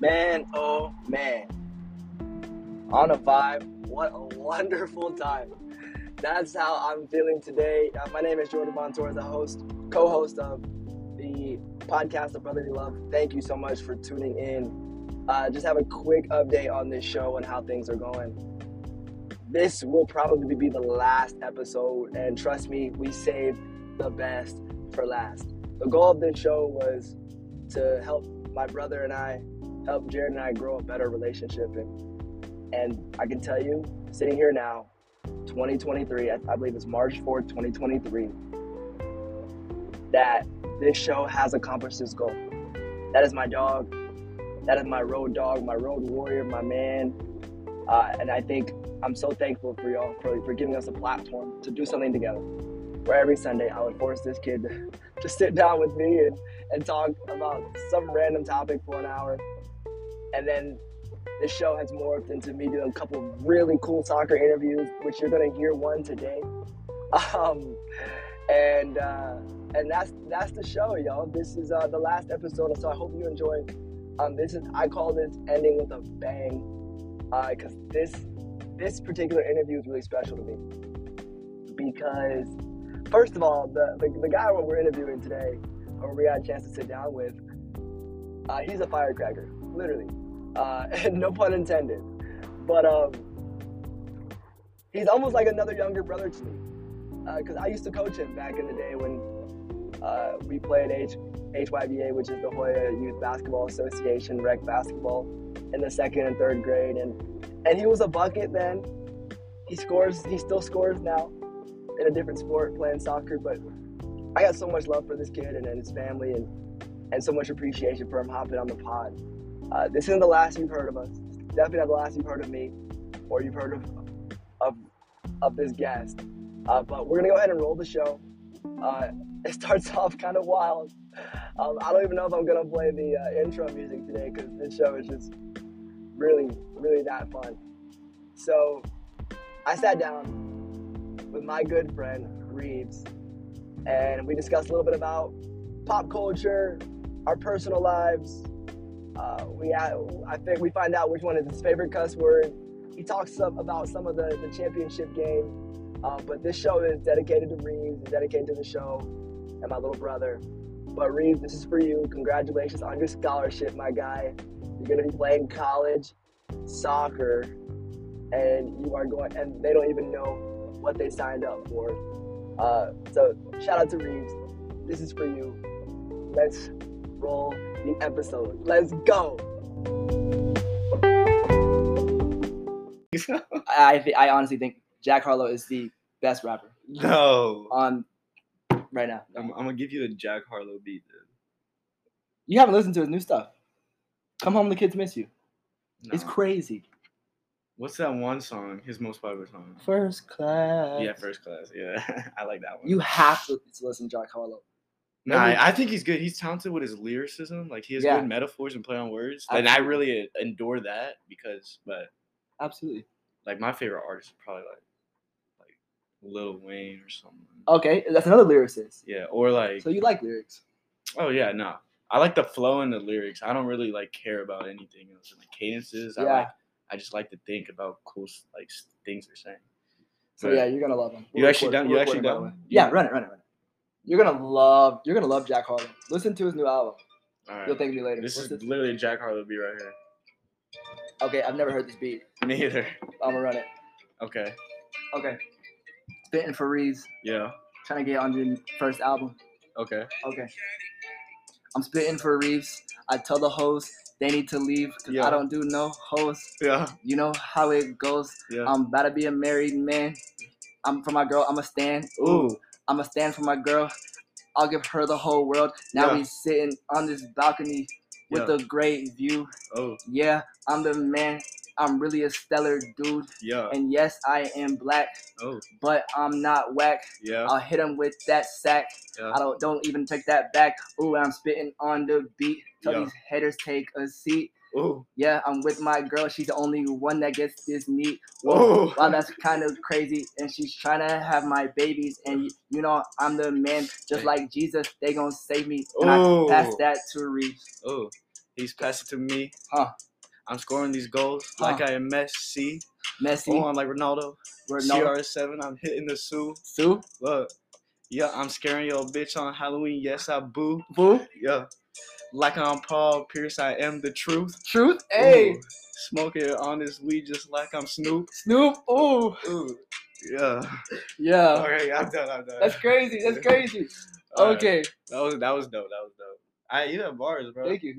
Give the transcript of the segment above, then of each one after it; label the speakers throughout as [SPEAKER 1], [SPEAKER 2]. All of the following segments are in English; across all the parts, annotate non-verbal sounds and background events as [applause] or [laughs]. [SPEAKER 1] Man, oh man. On a vibe. What a [laughs] wonderful time. That's how I'm feeling today. Uh, my name is Jordan Montour, the host, co host of the podcast of Brotherly Love. Thank you so much for tuning in. Uh, just have a quick update on this show and how things are going. This will probably be the last episode, and trust me, we saved the best for last. The goal of this show was to help my brother and I, help Jared and I grow a better relationship. And, and I can tell you, sitting here now, 2023, I, I believe it's March 4th, 2023, that this show has accomplished this goal. That is my dog. That is my road dog, my road warrior, my man. Uh, and I think I'm so thankful for y'all for, for giving us a platform to do something together. Where every Sunday I would force this kid [laughs] to, to sit down with me and, and talk about some random topic for an hour. And then this show has morphed into me doing a couple of really cool soccer interviews, which you're gonna hear one today. [laughs] Um, and uh, and that's that's the show, y'all. This is uh, the last episode, so I hope you enjoy. Um, this is I call this ending with a bang because this this particular interview is really special to me because first of all, the the, the guy we're interviewing today, or we got a chance to sit down with, uh, he's a firecracker, literally, uh, [laughs] and no pun intended. But um, he's almost like another younger brother to me because I used to coach him back in the day when uh, we played H- HYBA, which is the Hoya Youth Basketball Association, rec basketball, in the second and third grade, and and he was a bucket then. He scores. He still scores now in a different sport, playing soccer. But I got so much love for this kid and, and his family, and and so much appreciation for him hopping on the pod. Uh, this isn't the last you've heard of us. It's definitely not the last you've heard of me, or you've heard of of of this guest. Uh, but we're gonna go ahead and roll the show. Uh, it starts [laughs] off kind of wild. Um, I don't even know if I'm gonna play the uh, intro music today because this show is just really, really that fun. So I sat down with my good friend Reeves, and we discussed a little bit about pop culture, our personal lives. Uh, we I I think we find out which one is his favorite cuss word. He talks some, about some of the, the championship game. Uh, but this show is dedicated to Reeves, dedicated to the show, and my little brother. But Reeves, this is for you. Congratulations on your scholarship, my guy. You're gonna be playing college soccer, and you are going. And they don't even know what they signed up for. Uh, so shout out to Reeves. This is for you. Let's roll the episode. Let's go. [laughs] I th- I honestly think Jack Harlow is the best rapper
[SPEAKER 2] no.
[SPEAKER 1] on right now.
[SPEAKER 2] I'm, I'm gonna give you a Jack Harlow beat, dude.
[SPEAKER 1] You haven't listened to his new stuff. Come home, the kids miss you. It's
[SPEAKER 2] Nah.
[SPEAKER 1] crazy.
[SPEAKER 2] What's that one song? His most popular song.
[SPEAKER 1] First class.
[SPEAKER 2] yeah, first class. Yeah, [laughs] I like that one.
[SPEAKER 1] You have to, to listen to Jack Harlow.
[SPEAKER 2] Nah,
[SPEAKER 1] every-
[SPEAKER 2] I think he's good. He's talented with his lyricism. Like he has
[SPEAKER 1] Yeah.
[SPEAKER 2] good metaphors and play on words, and I really endure that because, but
[SPEAKER 1] Absolutely.
[SPEAKER 2] like my favorite artist is probably like like Lil Wayne or someone.
[SPEAKER 1] Okay, that's another lyricist.
[SPEAKER 2] Yeah, or like
[SPEAKER 1] Oh. So you like lyrics?
[SPEAKER 2] oh yeah, no. I like the flow in the lyrics. I don't really like care about anything else. Like cadences, I
[SPEAKER 1] Yeah.
[SPEAKER 2] like. I just like to think about cool s- like s- things they're saying.
[SPEAKER 1] So
[SPEAKER 2] Right.
[SPEAKER 1] yeah, you're gonna love him.
[SPEAKER 2] You actually done- you actually
[SPEAKER 1] recording, by the
[SPEAKER 2] done?
[SPEAKER 1] way.
[SPEAKER 2] You-
[SPEAKER 1] Yeah, run it, run it, run it. You're gonna love. You're gonna love Jack Harlow. Listen to his new album.
[SPEAKER 2] All
[SPEAKER 1] You'll thank me later.
[SPEAKER 2] This
[SPEAKER 1] What's
[SPEAKER 2] is literally a Jack Harlow beat right here.
[SPEAKER 1] Okay, I've never heard this beat.
[SPEAKER 2] [laughs] Me either.
[SPEAKER 1] I'm gonna run it.
[SPEAKER 2] Okay.
[SPEAKER 1] Okay. Spitting for Reeves,
[SPEAKER 2] Yeah.
[SPEAKER 1] trying to get on your first album.
[SPEAKER 2] Okay.
[SPEAKER 1] Okay. I'm spitting for Reeves. I tell the hoes they need to leave because
[SPEAKER 2] Yeah.
[SPEAKER 1] I don't do no hoes.
[SPEAKER 2] Yeah.
[SPEAKER 1] You know how it goes.
[SPEAKER 2] Yeah. Um,
[SPEAKER 1] I'm about to be a married man. I'm for my girl. I'm a stand.
[SPEAKER 2] Ooh.
[SPEAKER 1] I'm a stand for my girl. I'll give her the whole world. Now
[SPEAKER 2] Yeah.
[SPEAKER 1] we sitting on this balcony with
[SPEAKER 2] Yeah.
[SPEAKER 1] a great view.
[SPEAKER 2] Oh.
[SPEAKER 1] Yeah, I'm the man. I'm really a stellar dude.
[SPEAKER 2] Yeah.
[SPEAKER 1] And yes, I am black,
[SPEAKER 2] Oh.
[SPEAKER 1] but I'm not whack.
[SPEAKER 2] Yeah.
[SPEAKER 1] I'll hit him with that sack.
[SPEAKER 2] Yeah.
[SPEAKER 1] I don't don't even take that back. Ooh, I'm spitting on the beat. Tell
[SPEAKER 2] Yeah.
[SPEAKER 1] these haters take a seat.
[SPEAKER 2] Ooh.
[SPEAKER 1] Yeah, I'm with my girl. She's the only one that gets this meat.
[SPEAKER 2] Whoa.
[SPEAKER 1] Wow, that's kind of crazy. And she's trying to have my babies. And y- you know, I'm the man. Just like Jesus, they gonna save me. And I
[SPEAKER 2] Oh.
[SPEAKER 1] pass that to Reeves.
[SPEAKER 2] Oh. He's passing to me.
[SPEAKER 1] Huh.
[SPEAKER 2] I'm scoring these goals
[SPEAKER 1] Huh.
[SPEAKER 2] like I am Messi.
[SPEAKER 1] Messi,
[SPEAKER 2] Oh, I'm like Ronaldo.
[SPEAKER 1] Ronaldo,
[SPEAKER 2] CR7. I'm hitting the Sue.
[SPEAKER 1] Sue,
[SPEAKER 2] Look. Yeah, I'm scaring your bitch on Halloween. Yes, I boo.
[SPEAKER 1] Boo,
[SPEAKER 2] Yeah. Like I'm Paul Pierce, I am the truth.
[SPEAKER 1] Truth, hey,
[SPEAKER 2] Ooh. Smoking honest weed just like I'm Snoop.
[SPEAKER 1] Snoop, ooh,
[SPEAKER 2] Ooh. Yeah.
[SPEAKER 1] yeah.
[SPEAKER 2] Okay, I'm done. I'm done.
[SPEAKER 1] That's crazy. That's crazy.
[SPEAKER 2] All right.
[SPEAKER 1] Okay,
[SPEAKER 2] That was that was dope. That was dope. I you have bars, bro.
[SPEAKER 1] thank you.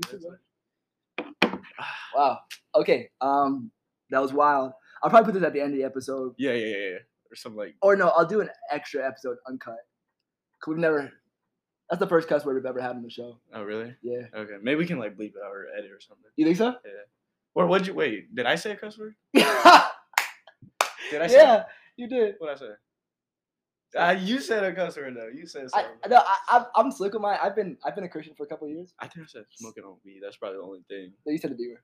[SPEAKER 1] Wow. Okay. Um, that was wild. I'll probably put this at the end of the episode,
[SPEAKER 2] Yeah, yeah, yeah, yeah. Or something like
[SPEAKER 1] or no, I'll do an extra episode uncut. we we've never. That's the first cuss word we've ever had on the show.
[SPEAKER 2] Oh really?
[SPEAKER 1] Yeah.
[SPEAKER 2] Okay. Maybe we can like bleep it out or edit or something.
[SPEAKER 1] You think so? [laughs]
[SPEAKER 2] Or what'd you wait, did I say a cuss word? Did I say
[SPEAKER 1] yeah, you did.
[SPEAKER 2] what I said? Uh, you said a cuss word though. You said
[SPEAKER 1] I
[SPEAKER 2] something. I,
[SPEAKER 1] no, I, I'm- I'm slick with my. I've been I've been a Christian for a couple of years.
[SPEAKER 2] think I said smoking on weed. That's probably the only thing.
[SPEAKER 1] No, you said a beaver.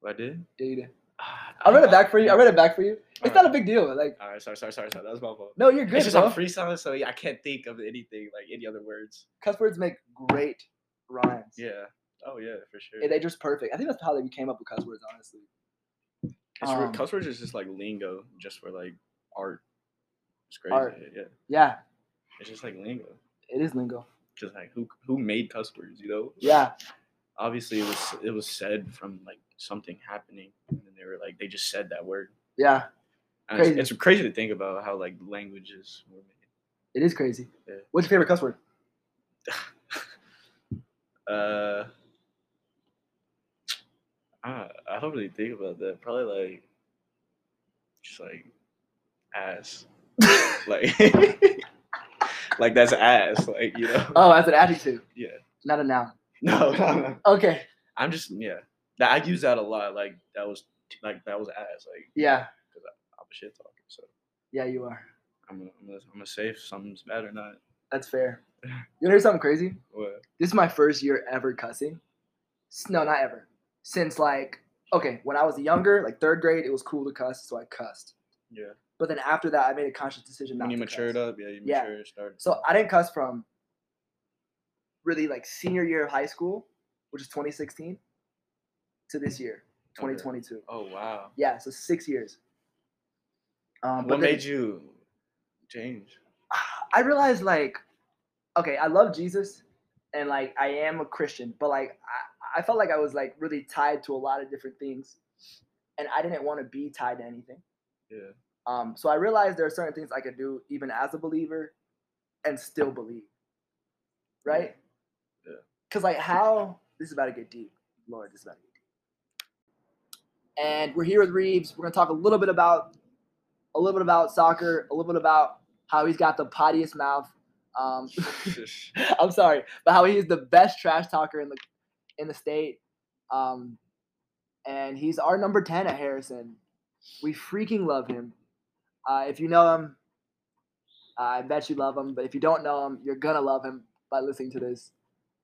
[SPEAKER 2] What I did? Ah,
[SPEAKER 1] Yeah, you did. I read it back for you. I read it back for you. It's not a big deal. Like,
[SPEAKER 2] Alright, sorry, sorry, sorry, sorry. That was my fault.
[SPEAKER 1] no, you're good,
[SPEAKER 2] it's just
[SPEAKER 1] bro.
[SPEAKER 2] I'm freestyling, so yeah, I can't think of anything like any other words.
[SPEAKER 1] Cuss words make great rhymes.
[SPEAKER 2] Yeah. Oh yeah, for sure.
[SPEAKER 1] And they're just perfect. I think that's how they came up with cuss words, honestly.
[SPEAKER 2] It's re-
[SPEAKER 1] Um,
[SPEAKER 2] cuss words is just like lingo, just for like art. It's crazy.
[SPEAKER 1] Art.
[SPEAKER 2] Yeah,
[SPEAKER 1] Yeah,
[SPEAKER 2] it's just like lingo.
[SPEAKER 1] it is lingo.
[SPEAKER 2] Cause like who who made cuss words? You know.
[SPEAKER 1] Yeah,
[SPEAKER 2] Obviously, it was it was said from like something happening, and then they were like they just said that word.
[SPEAKER 1] yeah,
[SPEAKER 2] And it's-
[SPEAKER 1] Crazy.
[SPEAKER 2] It's, crazy to think about how like languages were made.
[SPEAKER 1] it is crazy.
[SPEAKER 2] Yeah.
[SPEAKER 1] What's your favorite cuss word?
[SPEAKER 2] Uh, I I don't really think about that. Probably like just like
[SPEAKER 1] [laughs]
[SPEAKER 2] ass, like [laughs] like that's ass, like you know.
[SPEAKER 1] Oh, that's an adjective,
[SPEAKER 2] Yeah.
[SPEAKER 1] not a noun. [laughs]
[SPEAKER 2] No, no, no.
[SPEAKER 1] Okay,
[SPEAKER 2] I'm just yeah. That I use that a lot. Like that was like that was ass. Like
[SPEAKER 1] yeah,
[SPEAKER 2] I'm a shit talker. So
[SPEAKER 1] yeah, you are.
[SPEAKER 2] I'm gonna, I'm gonna, I'm gonna say if something's bad or not.
[SPEAKER 1] That's fair. You wanna hear something crazy?
[SPEAKER 2] What?
[SPEAKER 1] This is my first year ever cussing. S- No, not ever. Since like okay, when I was younger, like third grade, it was cool to cuss, so I cussed.
[SPEAKER 2] Yeah.
[SPEAKER 1] But then after that, I made a conscious decision not
[SPEAKER 2] When you
[SPEAKER 1] to
[SPEAKER 2] matured
[SPEAKER 1] cuss.
[SPEAKER 2] up, yeah, you
[SPEAKER 1] Yeah.
[SPEAKER 2] matured. Started.
[SPEAKER 1] So I didn't cuss from really like senior year of high school, which is 2016, to this year,
[SPEAKER 2] Okay.
[SPEAKER 1] 2022.
[SPEAKER 2] Oh wow.
[SPEAKER 1] Yeah, so six years. Um,
[SPEAKER 2] what
[SPEAKER 1] then-
[SPEAKER 2] made you change?
[SPEAKER 1] [sighs] I realized like, okay, I love Jesus, and like I am a Christian, but like I, I felt like I was like really tied to a lot of different things, and I didn't want to be tied to anything.
[SPEAKER 2] Yeah.
[SPEAKER 1] [laughs] Um, so I realized there are certain things I could do even as a believer, and still believe. Right.
[SPEAKER 2] Yeah.
[SPEAKER 1] Cause like how this is about to get deep, Lord, this is about to get deep. And we're here with Reeves. We're gonna talk a little bit about, a little bit about soccer, a little bit about how he's got the pottiest mouth. Um, [laughs] I'm sorry, but how he's the best trash talker in the in the state. Um, and he's our number ten at Harrison. We freaking love him. Uh, if you know him, I bet you love him. But if you don't know him, you're gonna love him by listening to this.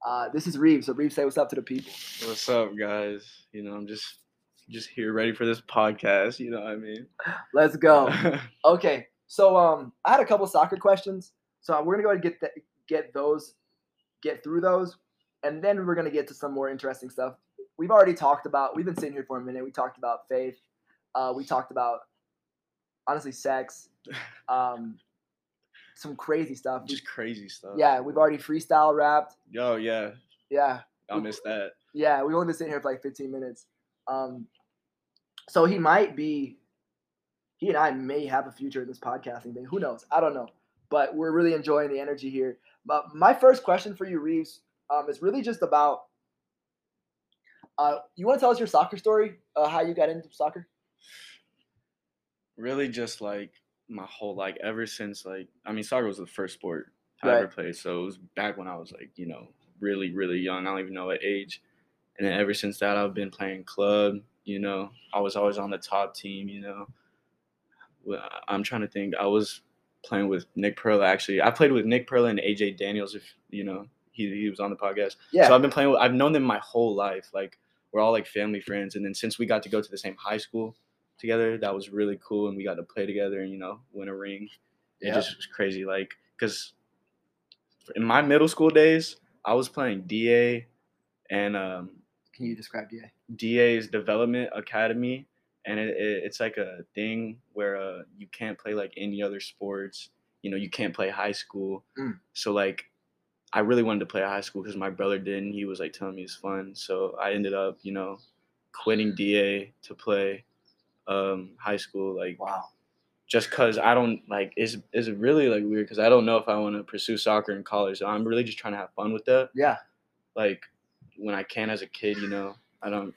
[SPEAKER 1] Uh, this is Reeves. So Reeves, say what's up to the people.
[SPEAKER 2] What's up, guys? You know, I'm just just here ready for this podcast. You know what I mean?
[SPEAKER 1] Let's go. Okay, so um, I had a couple soccer questions, so we're gonna go ahead and get the, get those, get through those, and then we're gonna get to some more interesting stuff. We've already talked about. We've been sitting here for a minute. We talked about faith. Uh, we talked about honestly sex. Um, some crazy stuff. We-
[SPEAKER 2] [laughs] just uh, crazy stuff.
[SPEAKER 1] yeah, we've already freestyle rapped.
[SPEAKER 2] Yo, yeah.
[SPEAKER 1] Yeah,
[SPEAKER 2] I missed that.
[SPEAKER 1] yeah, we've only been sitting here for like 15 minutes. Um, so he might be, he and I may have a future in this podcasting thing. Who knows? I don't know. But we're really enjoying the energy here. But my first question for you, Reeves, um, is really just about. Uh, you want to tell us your soccer story? Uh, how you got into soccer?
[SPEAKER 2] Really, just like my whole like ever since like I mean, soccer was the first sport I ever
[SPEAKER 1] Right.
[SPEAKER 2] played. So it was back when I was like you know really really young. I don't even know what age. And then ever since that, I've been playing club. You know, I was always on the top team. You know, Well, I- I'm trying to think. I was playing with Nick Perla actually. I played with Nick Perla and AJ Daniels. If you know, he he was on the podcast.
[SPEAKER 1] Yeah,
[SPEAKER 2] So I've been playing with. I've known them my whole life. Like we're all like family friends, and then since we got to go to the same high school together, that was really cool, and we got to play together and you know win a ring. It
[SPEAKER 1] Yeah.
[SPEAKER 2] just was crazy. Like because in my middle school days, I was playing DA. and um,
[SPEAKER 1] Can you describe DA?
[SPEAKER 2] DA's Development Academy, and it, it, it's like a thing where uh, you can't play like any other sports. You know, you can't play high school.
[SPEAKER 1] Mm.
[SPEAKER 2] So like, I really wanted to play high school because my brother did, and he was like telling me it's fun. So I ended up, you know, quitting DA to play um, high school, like
[SPEAKER 1] Wow.
[SPEAKER 2] just because I don't like it's it's really like weird because I don't know if I want to pursue soccer in college. So I'm really just trying to have fun with that.
[SPEAKER 1] Yeah.
[SPEAKER 2] Like when I can as a kid, you know, I don't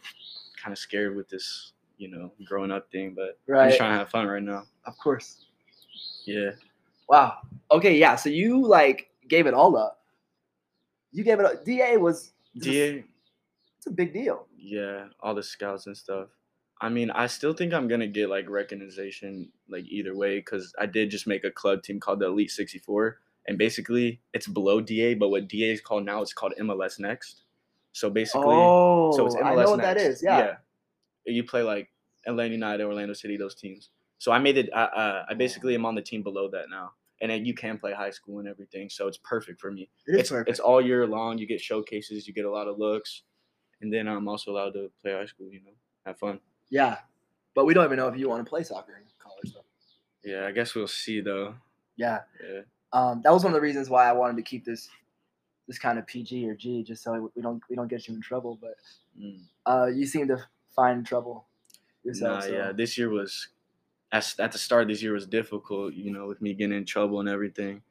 [SPEAKER 2] kind of scared with this, you know, growing up thing, but I'm
[SPEAKER 1] Right.
[SPEAKER 2] just trying to have fun right now.
[SPEAKER 1] Of course.
[SPEAKER 2] Yeah.
[SPEAKER 1] Wow. Okay. Yeah. So you like gave it all up. You gave it up. DA was it's a-
[SPEAKER 2] DA,
[SPEAKER 1] It's a big deal.
[SPEAKER 2] yeah, all the scouts and stuff. I mean, I still think I'm gonna get like recognition like either way because I did just make a club team called the Elite 64, and basically it's below DA, but what DA is called now it's called MLS Next. So basically,
[SPEAKER 1] Oh,
[SPEAKER 2] so it's MLS
[SPEAKER 1] I know what that
[SPEAKER 2] next.
[SPEAKER 1] is. Yeah.
[SPEAKER 2] You play like Atlanta United, Orlando City, those teams. So I made it. I, uh, I basically am on the team below that now, and then you can play high school and everything. So it's perfect for me.
[SPEAKER 1] It is
[SPEAKER 2] it's
[SPEAKER 1] perfect.
[SPEAKER 2] it's all year long. You get showcases. You get a lot of looks, and then I'm also allowed to play high school. You know, have fun.
[SPEAKER 1] yeah. But we don't even know if you want to play soccer in college though.
[SPEAKER 2] Yeah, I guess we'll see though.
[SPEAKER 1] Yeah.
[SPEAKER 2] Yeah,
[SPEAKER 1] Um, that was one of the reasons why I wanted to keep this this kind of PG or G, just so we don't we don't get you in trouble. But
[SPEAKER 2] Mm.
[SPEAKER 1] uh, you seem to find trouble yourself.
[SPEAKER 2] nah,
[SPEAKER 1] so.
[SPEAKER 2] yeah. This year was, as at the start, of this year was difficult. You know, with me getting in trouble and everything.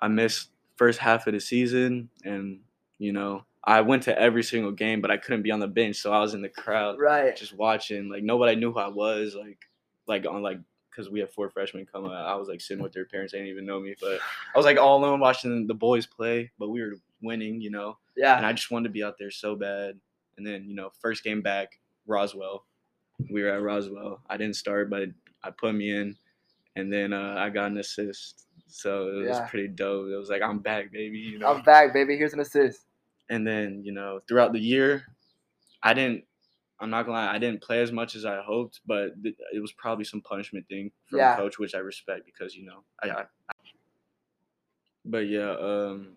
[SPEAKER 2] I missed first half of the season, and you know, I went to every single game, but I couldn't be on the bench, so I was in the crowd
[SPEAKER 1] Right.
[SPEAKER 2] just watching. Like nobody knew who I was. Like, like on like because we had four freshmen come. out, I was like sitting with their parents. They didn't even know me, but I was like all alone watching the boys play. But we were winning, you know, and
[SPEAKER 1] Yeah.
[SPEAKER 2] I just wanted to be out there so bad. And then you know, first game back, Roswell. We were at Roswell. I didn't start, but I put me in, and then uh, I got an assist. So it was
[SPEAKER 1] Yeah.
[SPEAKER 2] pretty dope. It was like I'm back, baby. You know
[SPEAKER 1] I'm back, baby. Here's an assist.
[SPEAKER 2] and then you know throughout the year i didn't i'm not gonna lie i didn't play as much as i hoped but th- it was probably some punishment thing from
[SPEAKER 1] Yeah.
[SPEAKER 2] coach which i respect because you know I, I, but yeah um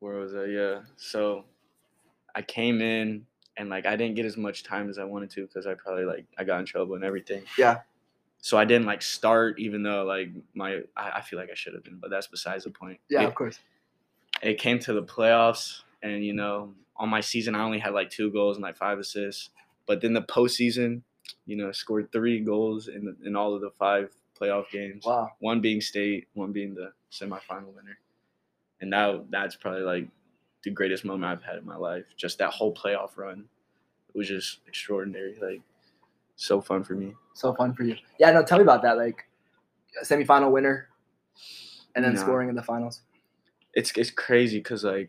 [SPEAKER 2] where was i yeah so i came in and like i didn't get as much time as i wanted to because i probably like i got in trouble and everything
[SPEAKER 1] Yeah.
[SPEAKER 2] so i didn't like start even though like my i, I feel like i should have been but that's besides the point
[SPEAKER 1] Yeah,
[SPEAKER 2] It-
[SPEAKER 1] of course.
[SPEAKER 2] it came to the playoffs, and you know, on my season, I only had like two goals and like five assists. But then the postseason, you know, scored three goals in the, in all of the five playoff games.
[SPEAKER 1] Wow.
[SPEAKER 2] One being state, one being the semifinal winner, and now that's probably like the greatest moment I've had in my life. Just that whole playoff run, it was just extraordinary. Like so fun for me.
[SPEAKER 1] So fun for you. Yeah, no, tell me about that. Like semifinal winner and then
[SPEAKER 2] Nah.
[SPEAKER 1] scoring in the finals.
[SPEAKER 2] it's it's crazy because like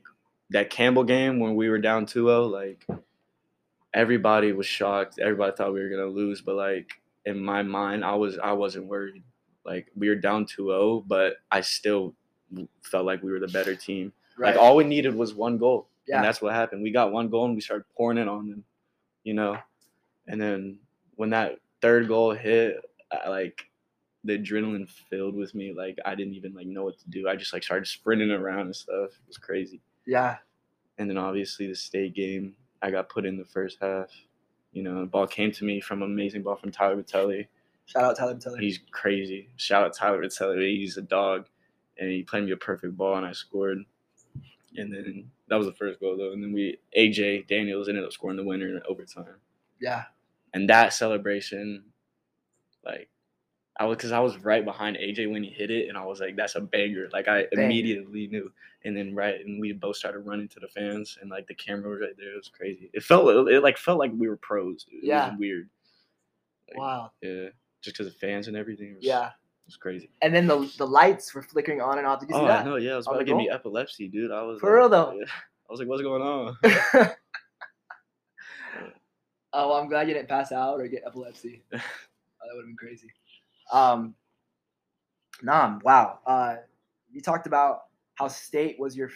[SPEAKER 2] that Campbell game when we were down 2-0, like everybody was shocked. Everybody thought we were gonna lose, but like in my mind, I was I wasn't worried. Like we were down 2-0, but I still felt like we were the better team.
[SPEAKER 1] Right.
[SPEAKER 2] Like all we needed was one goal,
[SPEAKER 1] yeah.
[SPEAKER 2] and that's what happened. We got one goal and we started pouring it on them, you know. And then when that third goal hit, I, like the adrenaline filled with me. Like I didn't even like know what to do. I just like started sprinting around and stuff. It was crazy.
[SPEAKER 1] yeah.
[SPEAKER 2] And then obviously the state game, I got put in the first half. You know, the ball came to me from amazing ball from Tyler Vitelli.
[SPEAKER 1] Shout out Tyler Taylor.
[SPEAKER 2] He's crazy. Shout out Tyler Vitelli. He's a dog, and he played me a perfect ball, and I scored. And then that was the first goal though. And then we AJ Daniels ended up scoring the winner in overtime
[SPEAKER 1] Yeah.
[SPEAKER 2] and that celebration, like, I was because I was right behind AJ when he hit it, and I was like, "That's a banger!" Like I
[SPEAKER 1] Banger.
[SPEAKER 2] immediately knew, and then right, and we both started running to the fans, and like the camera was right there. It was crazy. It felt it, like felt like we were pros. It
[SPEAKER 1] Yeah.
[SPEAKER 2] was weird. Like,
[SPEAKER 1] Wow.
[SPEAKER 2] Yeah, just because of fans and everything. It was,
[SPEAKER 1] Yeah.
[SPEAKER 2] it was crazy.
[SPEAKER 1] And then the the lights were flickering on and off. Did you see
[SPEAKER 2] oh, I
[SPEAKER 1] that?
[SPEAKER 2] know. Yeah, it was
[SPEAKER 1] On
[SPEAKER 2] about to
[SPEAKER 1] the
[SPEAKER 2] give me epilepsy, dude. I was
[SPEAKER 1] For real,
[SPEAKER 2] like-
[SPEAKER 1] though.
[SPEAKER 2] yeah. I was like, "What's going on?" [laughs]
[SPEAKER 1] [laughs] oh, well, I'm glad you didn't pass out or get
[SPEAKER 2] [laughs]
[SPEAKER 1] epilepsy. oh, that would have been crazy. Um, Nam, wow. Uh, you talked about how state was your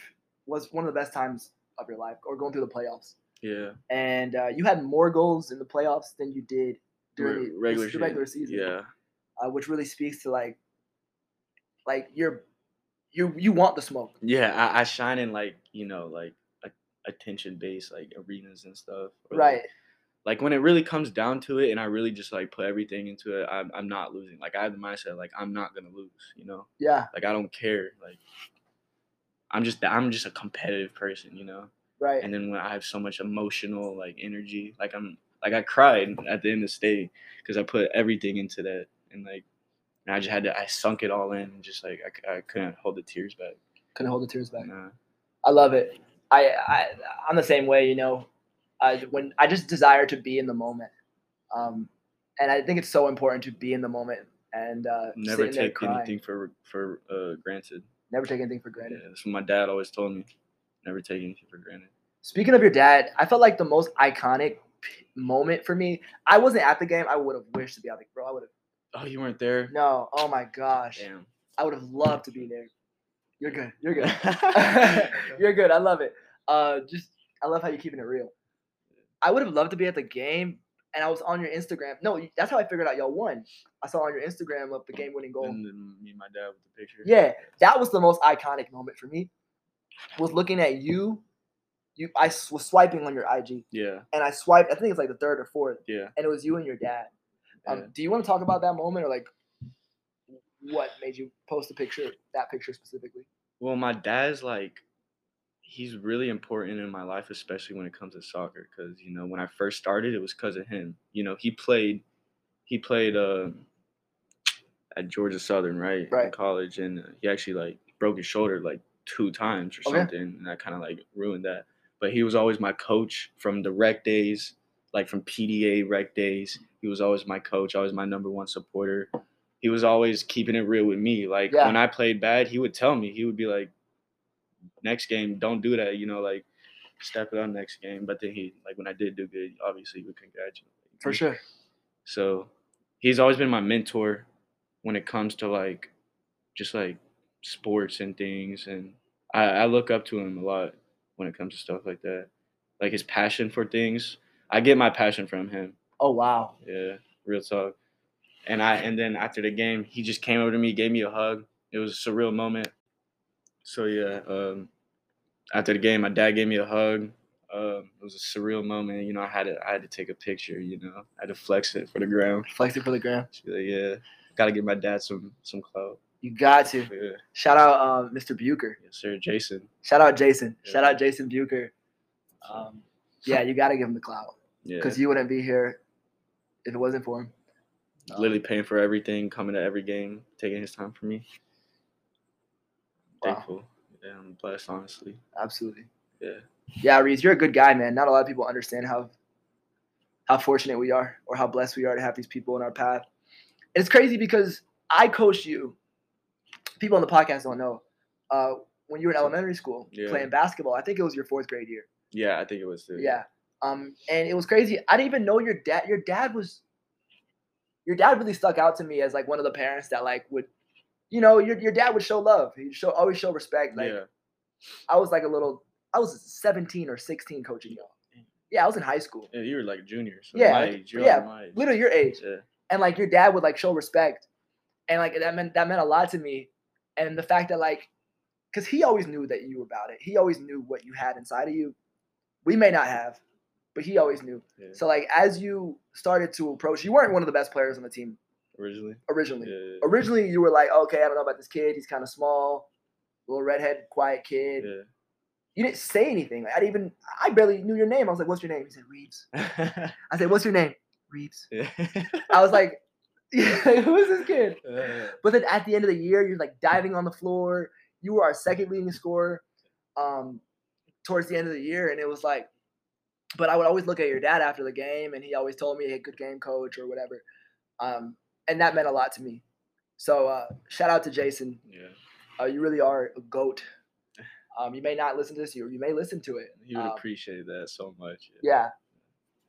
[SPEAKER 1] was one of the best times of your life, or going through the playoffs, [laughs]
[SPEAKER 2] Yeah,
[SPEAKER 1] and uh, you had more goals in the playoffs than you did during
[SPEAKER 2] re-
[SPEAKER 1] the
[SPEAKER 2] regular
[SPEAKER 1] the regular season.
[SPEAKER 2] Yeah,
[SPEAKER 1] uh, which really speaks to like, like you're, you you want the smoke.
[SPEAKER 2] yeah. I, I shine in like you know like a, attention based like arenas and stuff. or, like,
[SPEAKER 1] right.
[SPEAKER 2] like when it really comes down to it and i really just like put everything into it i'm, I'm not losing like i have the mindset like i'm not gonna lose you know
[SPEAKER 1] Yeah.
[SPEAKER 2] like i don't care like i'm just that i'm just a competitive person you know
[SPEAKER 1] Right.
[SPEAKER 2] and then when i have so much emotional like energy like i'm like i cried at the end of the state because i put everything into that and like and i just had to i sunk it all in and just like i, c- I couldn't hold the tears back
[SPEAKER 1] Couldn't hold the tears back.
[SPEAKER 2] nah.
[SPEAKER 1] I love it. I, I I'm the same way, you know. I when I just desire to be in the moment, um, and I think it's so important to be in the moment and uh,
[SPEAKER 2] never
[SPEAKER 1] sitting there
[SPEAKER 2] take
[SPEAKER 1] crying.
[SPEAKER 2] anything for for uh, granted
[SPEAKER 1] Never take anything for granted.
[SPEAKER 2] yeah, that's what my dad always told me never take anything for granted
[SPEAKER 1] Speaking of your dad, I felt like the most iconic p- moment for me. I wasn't at the game. I would have wished to be out there, bro. I would have.
[SPEAKER 2] Oh, you weren't there?
[SPEAKER 1] No. Oh my gosh.
[SPEAKER 2] Damn.
[SPEAKER 1] I would have loved to be there. You're good. You're good. [laughs] [laughs] You're good. I love it. Uh, just I love how you're keeping it real. I would have loved to be at the game, and I was on your Instagram. No, you- that's how I figured out y'all won. I saw on your Instagram of the game-winning goal.
[SPEAKER 2] [laughs] And then me and my dad with the picture.
[SPEAKER 1] Yeah, that was the most iconic moment for me. Was looking at you. You, I s- was swiping on your IG,
[SPEAKER 2] Yeah.
[SPEAKER 1] and I swiped. I think it's like the third or fourth,
[SPEAKER 2] Yeah.
[SPEAKER 1] and it was you and your dad. Um,
[SPEAKER 2] yeah.
[SPEAKER 1] Do you want to talk about that moment, or like what made you post the picture? That picture specifically.
[SPEAKER 2] well, my dad's like, he's really important in my life, especially when it comes to soccer. Because you know, when I first started, it was because of him. You know, he played, he played uh, at Georgia Southern, right, in
[SPEAKER 1] Right.
[SPEAKER 2] college, and uh, he actually like broke his shoulder like two times or
[SPEAKER 1] Okay.
[SPEAKER 2] something, and that kind of like ruined that. But he was always my coach from the rec days, like from PDA rec days. He was always my coach, always my number one supporter. He was always keeping it real with me. Like
[SPEAKER 1] Yeah.
[SPEAKER 2] when I played bad, he would tell me. He would be like, "Next game, don't do that." You know, like step it up next game. But then he, like when I did do good, obviously he would congratulate. me.
[SPEAKER 1] For sure.
[SPEAKER 2] So he's always been my mentor when it comes to like just like sports and things and I, I look up to him a lot when it comes to stuff like that. Like his passion for things. I get my passion from him.
[SPEAKER 1] Oh wow.
[SPEAKER 2] Yeah. Real talk. And I and then after the game he just came over to me, gave me a hug. It was a surreal moment. So yeah, um after the game my dad gave me a hug. Um, it was a surreal moment, you know. I had to, I had to take a picture, you know. I had to flex it for the ground.
[SPEAKER 1] Flexing for the gram.
[SPEAKER 2] She's like, yeah, gotta give my dad some some clout.
[SPEAKER 1] You got to.
[SPEAKER 2] Yeah,
[SPEAKER 1] Shout out um, Mr. Bucher.
[SPEAKER 2] yes, sir, Jason.
[SPEAKER 1] Shout out Jason. Shout
[SPEAKER 2] Yeah.
[SPEAKER 1] out Jason Bucher. Um, yeah, you got to give him the clout
[SPEAKER 2] Yeah,
[SPEAKER 1] because you wouldn't be here if it wasn't for him. Um,
[SPEAKER 2] literally paying for everything, coming to every game, taking his time for me.
[SPEAKER 1] Wow.
[SPEAKER 2] Thankful. Yeah, I'm blessed, honestly.
[SPEAKER 1] Absolutely.
[SPEAKER 2] Yeah.
[SPEAKER 1] Yeah, Reese, you're a good guy, man. Not a lot of people understand how how fortunate we are or how blessed we are to have these people in our path. It's crazy because I coached you. People on the podcast don't know. Uh, when you were in elementary school
[SPEAKER 2] Yeah.
[SPEAKER 1] playing basketball, I think it was your fourth grade year.
[SPEAKER 2] Yeah, I think it was too.
[SPEAKER 1] Yeah. Um, and it was crazy. I didn't even know your dad. Your dad was. Your dad really stuck out to me as like one of the parents that like would, you know, your your dad would show love. He show always show respect. Like
[SPEAKER 2] yeah.
[SPEAKER 1] I was like a little. I was 17 or 16 coaching y'all. Yeah, I was in high school,
[SPEAKER 2] Yeah, you were like a junior, so
[SPEAKER 1] Yeah,
[SPEAKER 2] my
[SPEAKER 1] like-
[SPEAKER 2] age, you're
[SPEAKER 1] yeah,
[SPEAKER 2] like my age.
[SPEAKER 1] literally your age,
[SPEAKER 2] Yeah,
[SPEAKER 1] and like your dad would like show respect, and like that meant that meant a lot to me, and the fact that like, cause he always knew that you were about it. He always knew what you had inside of you. We may not have, but he always knew.
[SPEAKER 2] yeah.
[SPEAKER 1] So like as you started to approach, you weren't one of the best players on the team
[SPEAKER 2] originally. Yeah,
[SPEAKER 1] originally.
[SPEAKER 2] yeah,
[SPEAKER 1] Originally, you were like, okay, I don't know about this kid. He's kind of small, little redhead, quiet kid. You didn't say anything. Like, I didn't even. I barely knew your name. I was like, what's your name? He said Reeves.
[SPEAKER 2] yeah.
[SPEAKER 1] I said, what's your name? Reeves.
[SPEAKER 2] yeah. [laughs]
[SPEAKER 1] I was like, [laughs] who is this kid?
[SPEAKER 2] Yeah.
[SPEAKER 1] But then at the end of the year, you're like diving on the floor. You were our second leading scorer um, towards the end of the year, and it was like. But I would always look at your dad after the game, and he always told me, "Hey, good game, coach," or whatever, um, and that meant a lot to me. So uh, shout out to Jason.
[SPEAKER 2] yeah.
[SPEAKER 1] Uh, you really are a goat. Um, you may not listen to this, you you may listen to it.
[SPEAKER 2] He would
[SPEAKER 1] Um,
[SPEAKER 2] appreciate that so much.
[SPEAKER 1] Yeah,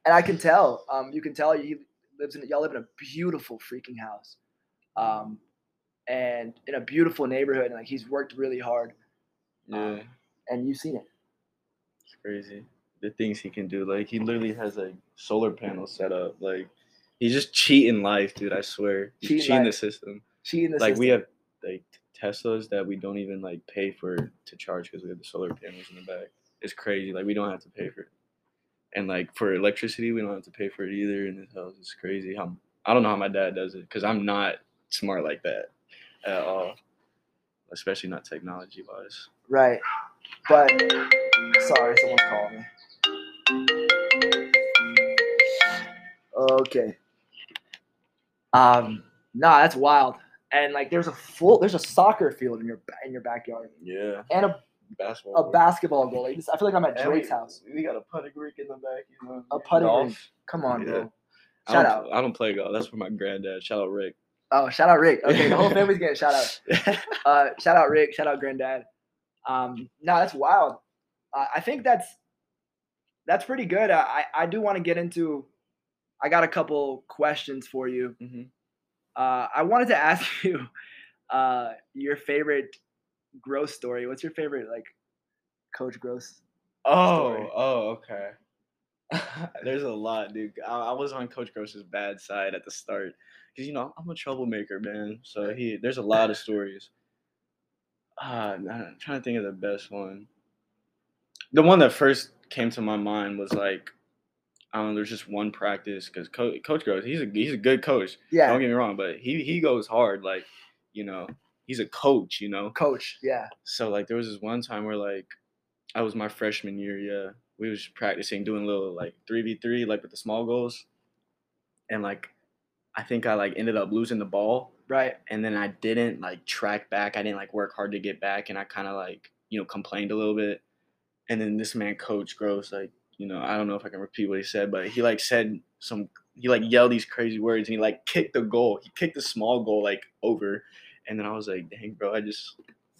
[SPEAKER 1] and I can tell. Um, you can tell he lives in y'all live in a beautiful freaking house, um, and in a beautiful neighborhood. And like he's worked really hard,
[SPEAKER 2] Yeah.
[SPEAKER 1] and you've seen it.
[SPEAKER 2] It's crazy. The things he can do. Like he literally has like solar panels set up. Like he's just cheating life, dude. I swear. He's
[SPEAKER 1] Cheating
[SPEAKER 2] cheating, the
[SPEAKER 1] life.
[SPEAKER 2] system.
[SPEAKER 1] She and the
[SPEAKER 2] like we
[SPEAKER 1] system.
[SPEAKER 2] have like Teslas that we don't even like pay for to charge because we have the solar panels in the back. is crazy. Like we don't have to pay for it, and like for electricity, we don't have to pay for it either. And this house is crazy. How I don't know how my dad does it because I'm not smart like that at all, especially not technology wise.
[SPEAKER 1] Right. But sorry, someone's calling me. Okay. Um, nah, that's wild. And like, there's a full, there's a soccer field in your ba- in your backyard,
[SPEAKER 2] Yeah,
[SPEAKER 1] and a,
[SPEAKER 2] basketball.
[SPEAKER 1] a
[SPEAKER 2] court.
[SPEAKER 1] basketball goal. Like, this, I feel like I'm at
[SPEAKER 2] And
[SPEAKER 1] Drake's
[SPEAKER 2] we-
[SPEAKER 1] house.
[SPEAKER 2] We got a putting rink in the back. You know,
[SPEAKER 1] A putting
[SPEAKER 2] Golf.
[SPEAKER 1] rink. Come on, bro.
[SPEAKER 2] I
[SPEAKER 1] Shout out.
[SPEAKER 2] don't- I don't play golf. That's for my granddad. Shout out Rick.
[SPEAKER 1] Oh, shout out Rick. Okay, the
[SPEAKER 2] [laughs]
[SPEAKER 1] whole family's getting shout out. uh, shout out Rick, shout out Granddad. Um, no, that's wild. Uh, I think that's that's pretty good. I I I do want to get into. I got a couple questions for you.
[SPEAKER 2] Mhm.
[SPEAKER 1] Uh, I wanted to [laughs] ask you uh, your favorite gross story. What's your favorite like Coach Gross?
[SPEAKER 2] Oh, oh, okay. [laughs] There's a lot, dude. I, I was on Coach Gross's bad side at the start because you know I'm a troublemaker, man. So he, there's a lot of stories. Uh, I'm trying to think of the best one. The one that first came to my mind was like, I don't know. There's just one practice because Coach Gross, he's a he's a good coach.
[SPEAKER 1] Yeah,
[SPEAKER 2] Don't get me wrong, but he he goes hard. Like, you know, he's a coach. You know,
[SPEAKER 1] Coach. Yeah,
[SPEAKER 2] so like there was this one time where like I was my freshman year, yeah. We was practicing doing little like three v three, like with the small goals. And like I think I like ended up losing the ball
[SPEAKER 1] right.
[SPEAKER 2] and then I didn't like track back. I didn't like work hard to get back and I kinda like, you know, complained a little bit. And then this man coach gross, like, you know, I don't know if I can repeat what he said, but he like said some he like yelled these crazy words and he like kicked the goal. He kicked the small goal like over. And then I was like, dang bro, I just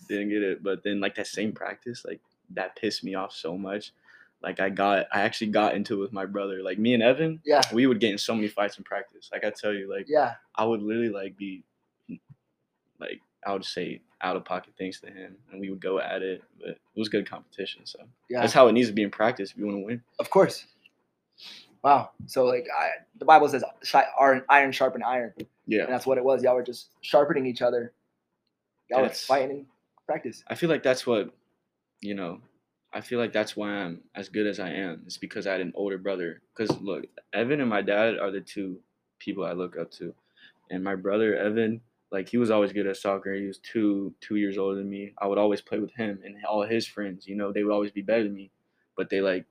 [SPEAKER 2] didn't get it. But then like that same practice, like that pissed me off so much. Like I got I actually got into it with my brother. Like me and Evan,
[SPEAKER 1] Yeah,
[SPEAKER 2] we would get in so many fights in practice. Like I tell you, like
[SPEAKER 1] yeah,
[SPEAKER 2] I would literally like be like I would say out of pocket things to him and we would go at it. But it was good competition. So
[SPEAKER 1] yeah.
[SPEAKER 2] that's how it needs to be in practice if you want to win.
[SPEAKER 1] Of course. Wow. So like, I, the Bible says, "Shi- iron, iron sharpen iron." and
[SPEAKER 2] Yeah.
[SPEAKER 1] that's what it was. Y'all were just sharpening each other. Y'all
[SPEAKER 2] Yes.
[SPEAKER 1] were fighting in practice.
[SPEAKER 2] I feel like that's what you know, I feel like that's why I'm as good as I am. It's because I had an older brother. Because look, Evan and my dad are the two people I look up to. And my brother Evan, like he was always good at soccer. He was two two years older than me. I would always play with him and all his friends. You know, they would always be better than me, but they like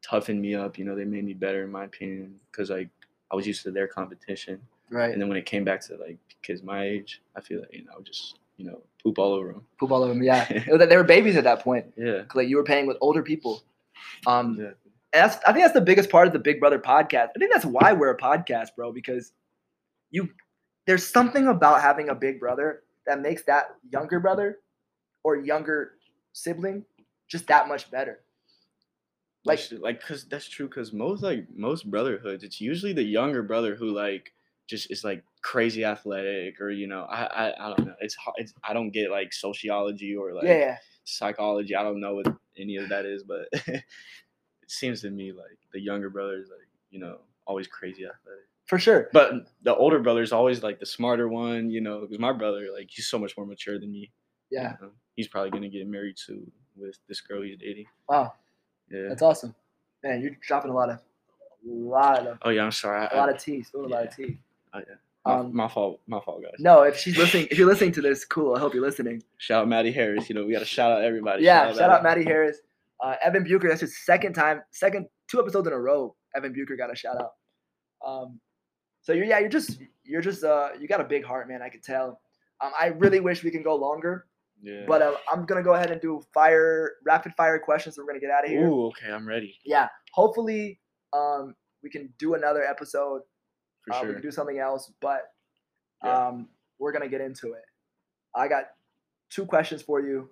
[SPEAKER 2] toughened me up. You know, they made me better in my opinion because like I was used to their competition.
[SPEAKER 1] Right.
[SPEAKER 2] And then when it came back to like kids my age, I feel like you know I would just you know poop all over them.
[SPEAKER 1] Poop all over them. Yeah.
[SPEAKER 2] [laughs]
[SPEAKER 1] It was like they were babies at that point.
[SPEAKER 2] Yeah.
[SPEAKER 1] Like you were playing with older people. Um,
[SPEAKER 2] Yeah.
[SPEAKER 1] and that's I think that's the biggest part of the Big Brother podcast. I think that's why we're a podcast, bro, because you there's something about having a big brother that makes that younger brother or younger sibling just that much better. Like-
[SPEAKER 2] like like because that's true because most like most brotherhoods it's usually the younger brother who like just is like crazy athletic or you know i i, I don't know it's, hard, it's i don't get like sociology or like
[SPEAKER 1] yeah, yeah.
[SPEAKER 2] psychology i don't know what any of that is but [laughs] it seems to me like the younger brother is like you know always crazy athletic
[SPEAKER 1] for sure.
[SPEAKER 2] but the older brother is always like the smarter one you know because my brother like he's so much more mature than me you
[SPEAKER 1] Yeah.
[SPEAKER 2] know? he's probably gonna get married soon with this girl he's dating
[SPEAKER 1] Wow.
[SPEAKER 2] yeah
[SPEAKER 1] That's awesome. Man, you're dropping a lot of a lot of
[SPEAKER 2] oh yeah i'm sorry I-
[SPEAKER 1] a
[SPEAKER 2] I-
[SPEAKER 1] lot of tea. Spilled a lot of tea.
[SPEAKER 2] Oh, yeah. My,
[SPEAKER 1] Um,
[SPEAKER 2] my fault. My fault, guys.
[SPEAKER 1] no, if she's listening, if you're listening to this, cool. I hope you're listening.
[SPEAKER 2] Shout out Maddie Harris. You know, we got to shout out everybody.
[SPEAKER 1] Yeah, shout out Maddie Harris, uh, Evan Bucher. That's his second time, second two episodes in a row. Evan Bucher got a shout out. Um, so you're yeah, you're just you're just uh, you got a big heart, man. I could tell. Um, I really wish we can go longer,
[SPEAKER 2] Yeah.
[SPEAKER 1] but uh, I'm gonna go ahead and do fire rapid fire questions. And we're gonna get out of here.
[SPEAKER 2] Ooh, okay. I'm ready
[SPEAKER 1] Yeah, hopefully um, we can do another episode.
[SPEAKER 2] for
[SPEAKER 1] uh, We
[SPEAKER 2] sure.
[SPEAKER 1] can do something else, but
[SPEAKER 2] Yeah.
[SPEAKER 1] um, we're gonna get into it. I got two questions for you.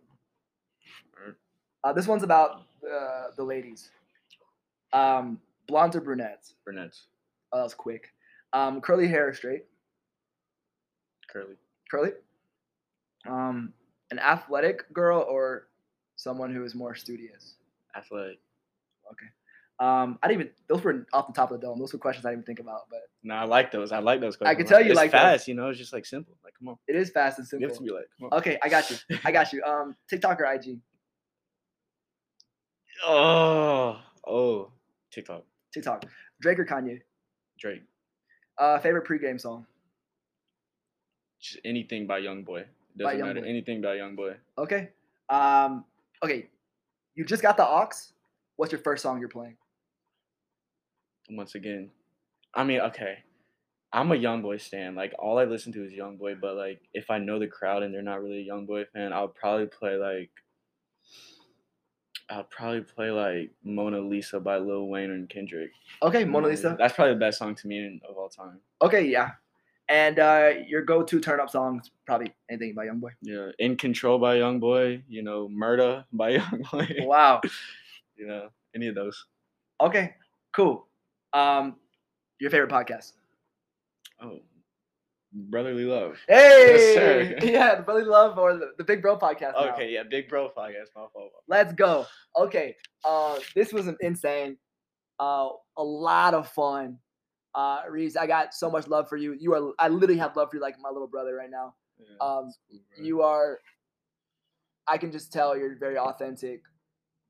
[SPEAKER 2] Alright.
[SPEAKER 1] Uh, this one's about uh, the ladies. Um, blondes or brunettes?
[SPEAKER 2] Burnett's
[SPEAKER 1] Oh, that was quick. Um, curly hair or straight?
[SPEAKER 2] curly.
[SPEAKER 1] Curly. Um, an athletic girl or someone who is more studious?
[SPEAKER 2] Athletic.
[SPEAKER 1] Um, I didn't even. Those were off the top of the dome. Those were questions I didn't even think about, but
[SPEAKER 2] No, I like those. I like those.
[SPEAKER 1] I can
[SPEAKER 2] questions.
[SPEAKER 1] tell you
[SPEAKER 2] it's
[SPEAKER 1] like those.
[SPEAKER 2] fast. You know, it's just like simple. Like, come on.
[SPEAKER 1] it is fast and
[SPEAKER 2] You
[SPEAKER 1] simple.
[SPEAKER 2] have to be like, come on.
[SPEAKER 1] Okay, I got you. I got you. Um, TikTok or IG?
[SPEAKER 2] Oh, oh, TikTok,
[SPEAKER 1] TikTok. Drake or Kanye?
[SPEAKER 2] Drake,
[SPEAKER 1] Uh, favorite pregame song?
[SPEAKER 2] just anything by Young Boy. Doesn't
[SPEAKER 1] By
[SPEAKER 2] matter.
[SPEAKER 1] Youngboy.
[SPEAKER 2] Anything by Young Boy.
[SPEAKER 1] Okay. Um, okay. You just got the aux. What's your first song you're playing?
[SPEAKER 2] Once again, I mean, okay, I'm a Young Boy stan. Like all I listen to is Young Boy. But like, if I know the crowd and they're not really a Young Boy fan, I'll probably play like. I'll probably play like Mona Lisa by Lil Wayne and Kendrick.
[SPEAKER 1] Okay, Mona
[SPEAKER 2] Mm,
[SPEAKER 1] Lisa.
[SPEAKER 2] That's probably the best song to me in- of all time.
[SPEAKER 1] Okay, yeah. And uh, your go-to turn-up song is probably anything by
[SPEAKER 2] [laughs]
[SPEAKER 1] YoungBoy.
[SPEAKER 2] Yeah, In Control by YoungBoy, you know, Murder by [laughs] YoungBoy,
[SPEAKER 1] Wow.
[SPEAKER 2] you know, any of those.
[SPEAKER 1] Okay. Cool. Um, your favorite podcast?
[SPEAKER 2] Oh, Brotherly Love.
[SPEAKER 1] Hey. [laughs]
[SPEAKER 2] sir.
[SPEAKER 1] Yeah, the Brotherly Love or the, the Big Bro podcast. now.
[SPEAKER 2] Okay, yeah, Big Bro podcast, my fault.
[SPEAKER 1] Let's go. Okay. Uh, this was an insane. Uh, a lot of fun. Uh, Reeves, I got so much love for you. You are, I literally have love for you like my little brother right now.
[SPEAKER 2] Yeah,
[SPEAKER 1] Um,
[SPEAKER 2] it's cool, bro.
[SPEAKER 1] you are i can just tell you're a very authentic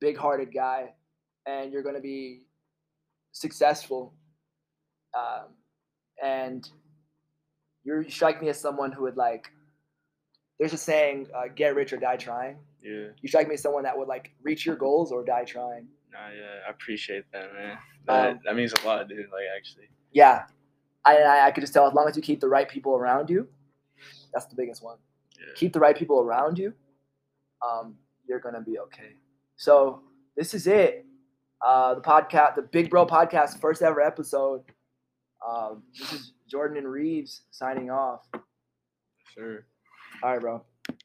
[SPEAKER 1] big hearted guy and you're going to be successful um, and you strike me as someone who would like there's a saying uh, get rich or die trying
[SPEAKER 2] yeah,
[SPEAKER 1] you strike me as someone that would like reach your goals or die trying
[SPEAKER 2] nah, yeah, I appreciate that, man. That,
[SPEAKER 1] Um,
[SPEAKER 2] that means a lot, dude, like, actually.
[SPEAKER 1] yeah I, I I could just tell as long as you keep the right people around you that's the biggest one
[SPEAKER 2] Yeah.
[SPEAKER 1] keep the right people around you, um, you're gonna be okay. So this is it. Uh, the podcast, the Big Bro Podcast, first ever episode. Um, this is Jordan and Reeves signing off.
[SPEAKER 2] Sure.
[SPEAKER 1] All right, bro.